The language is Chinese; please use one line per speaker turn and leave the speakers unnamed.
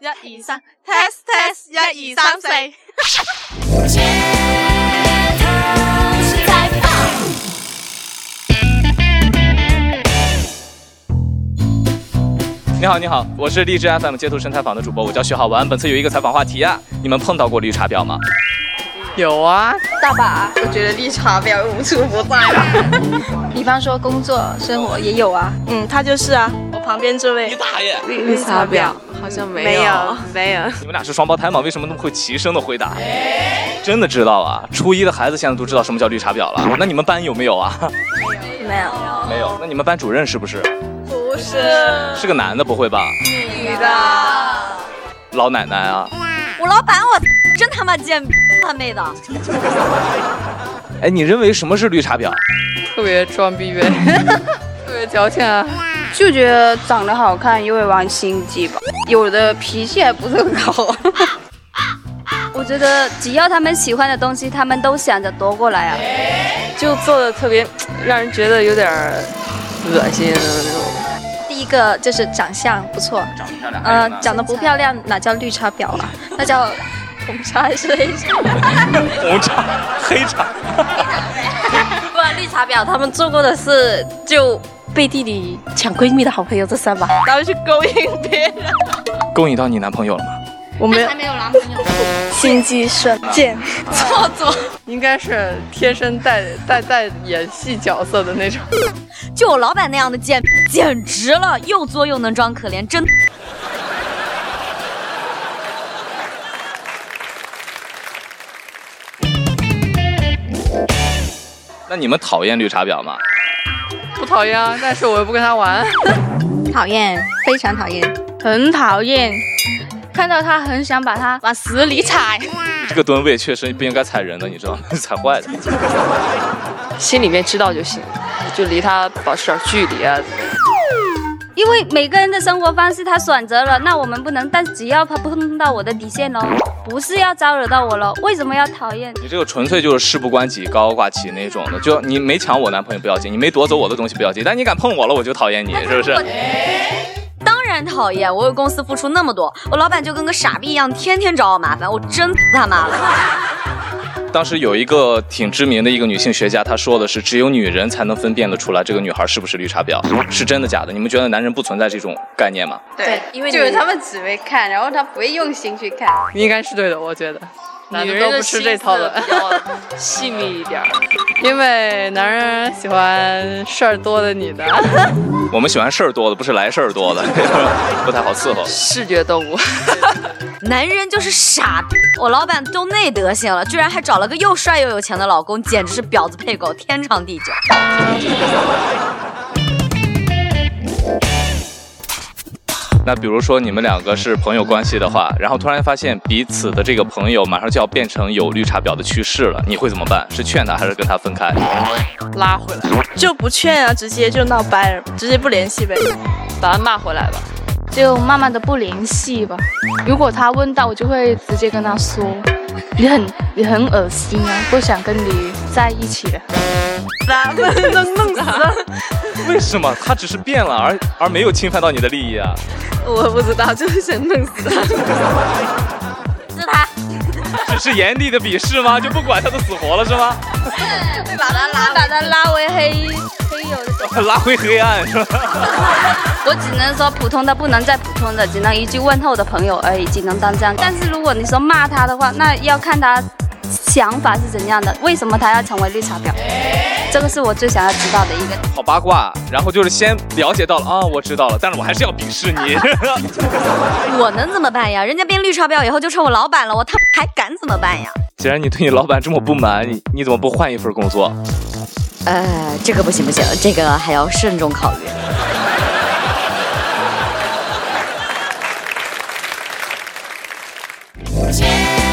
一二三，test test，一二三四。
街头是在放。
你好，你好，我是荔枝 FM 街头神采访的主播，我叫徐浩文。本次有一个采访话题啊，你们碰到过绿茶婊吗？
有啊，
大把，我觉得绿茶婊无处不在啊。比方说工作、生活也有啊。
嗯，他就是啊，我旁边这位。
大爷！
绿绿茶婊好像没
没有
有，
没有，
嗯你们俩是双胞胎吗？为什么那么会齐声的回答？真的知道啊？初一的孩子现在都知道什么叫绿茶婊了。那你们班有没有啊？
没有，
没有。那你们班主任是不是？
不是
是个男的，不会吧？
女的。
老奶奶啊！
我老板，我真他妈贱，他妹的！
哎，你认为什么是绿茶婊？
特别装逼呗， 特别矫情啊。
就觉得长得好看又会玩心机吧，有的脾气还不是很好。
我觉得只要他们喜欢的东西，他们都想着夺过来啊。
就做的特别让人觉得有点儿恶心的那种。
第一个就是长相不错，
长得漂亮
呃，长得不漂亮哪叫绿茶婊 啊？那叫红茶还是黑茶？
红茶、黑 茶。
不然绿茶婊他们做过的事，就背地里抢闺蜜的好朋友这三把，然后去勾引别人。
勾引到你男朋友了吗？
我们
没有男朋友，
心机深，贱，
做作。
应该是天生带带带演戏角色的那种。
就我老板那样的贱，简直了，又作又能装可怜，真。
那你们讨厌绿茶婊吗？
不讨厌啊，但是我又不跟他玩。
讨厌， 非常讨厌。
很讨厌，看到他很想把他往死里踩。
这个吨位确实不应该踩人的，你知道吗？ 踩坏的。
心里面知道就行，就离他保持点距离啊。
因为每个人的生活方式他选择了，那我们不能，但只要他碰到我的底线喽，哦不是要招惹到我喽，为什么要讨厌？
你这个纯粹就是事不关己高高挂起那种的，就你没抢我男朋友不要紧，你没夺走我的东西不要紧，但你敢碰我了我就讨厌你，是不是？
当然讨厌，我为公司付出那么多，我老板就跟个傻逼一样，天天找我麻烦，我真他妈了。
当时有一个挺知名的一个女性学家，她说的是只有女人才能分辨得出来这个女孩是不是绿茶婊，是真的假的？你们觉得男人不存在这种概念吗？
对，因为就是他们只会看，然后他不会用心去看。
你应该是对的，我觉得。男的都不吃这套的， 细腻一点，因为男人喜欢事儿多的女的，
我们喜欢事儿多的，不是来事儿多的， 不太好伺候。
视觉动物。
男人就是傻逼，我老板都那德行了，居然还找了个又帅又有钱的老公，简直是婊子配狗，天长地久。
那比如说你们两个是朋友关系的话，然后突然发现彼此的这个朋友马上就要变成有绿茶婊的趋势了，你会怎么办？是劝他还是跟他分开？
拉回来，
就不劝啊，直接就闹掰了，直接不联系呗。
把他骂回来吧。
就慢慢的不联系吧。如果他问到，我就会直接跟他说，你很你很恶心啊，不想跟你在一起了。
咱们弄弄死他！
为什么他只是变了，而而没有侵犯到你的利益啊？
我不知道，就是想弄死他。
是他
只是严厉的鄙视吗？就不管他的死活了是吗？
把他拉，把他拉为黑。
拉回黑暗 是吧？
我只能说普通的不能再普通的，只能一句问候的朋友而已，只能当这样。但是如果你说骂他的话，那要看他想法是怎样的，为什么他要成为绿茶婊？这个是我最想要知道的一个。
好八卦，然后就是先了解到了啊，我知道了，但是我还是要鄙视你。
我能怎么办呀？人家变绿茶婊以后就成我老板了，我他妈还敢怎么办呀？
既然你对你老板这么不满，你你怎么不换一份工作？
呃，这个不行不行，这个还要慎重考虑。
街